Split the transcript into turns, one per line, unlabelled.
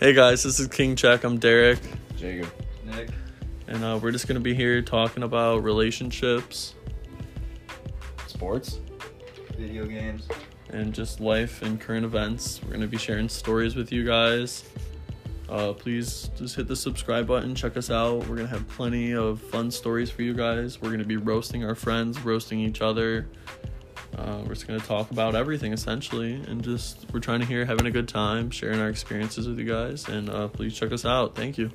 Hey guys, this is King Check. I'm Derek,
Jacob.
Nick.
and uh, we're just gonna be here talking about relationships
Sports?
Video games.
and just life and current events. We're gonna be sharing stories with you guys. Uh, please just hit the subscribe button. Check us out. We're gonna have plenty of fun stories for you guys. We're gonna be roasting our friends, roasting each other. Uh, we're just gonna talk about everything essentially, and just we're trying to hear having a good time, sharing our experiences with you guys. And uh, please check us out. Thank you.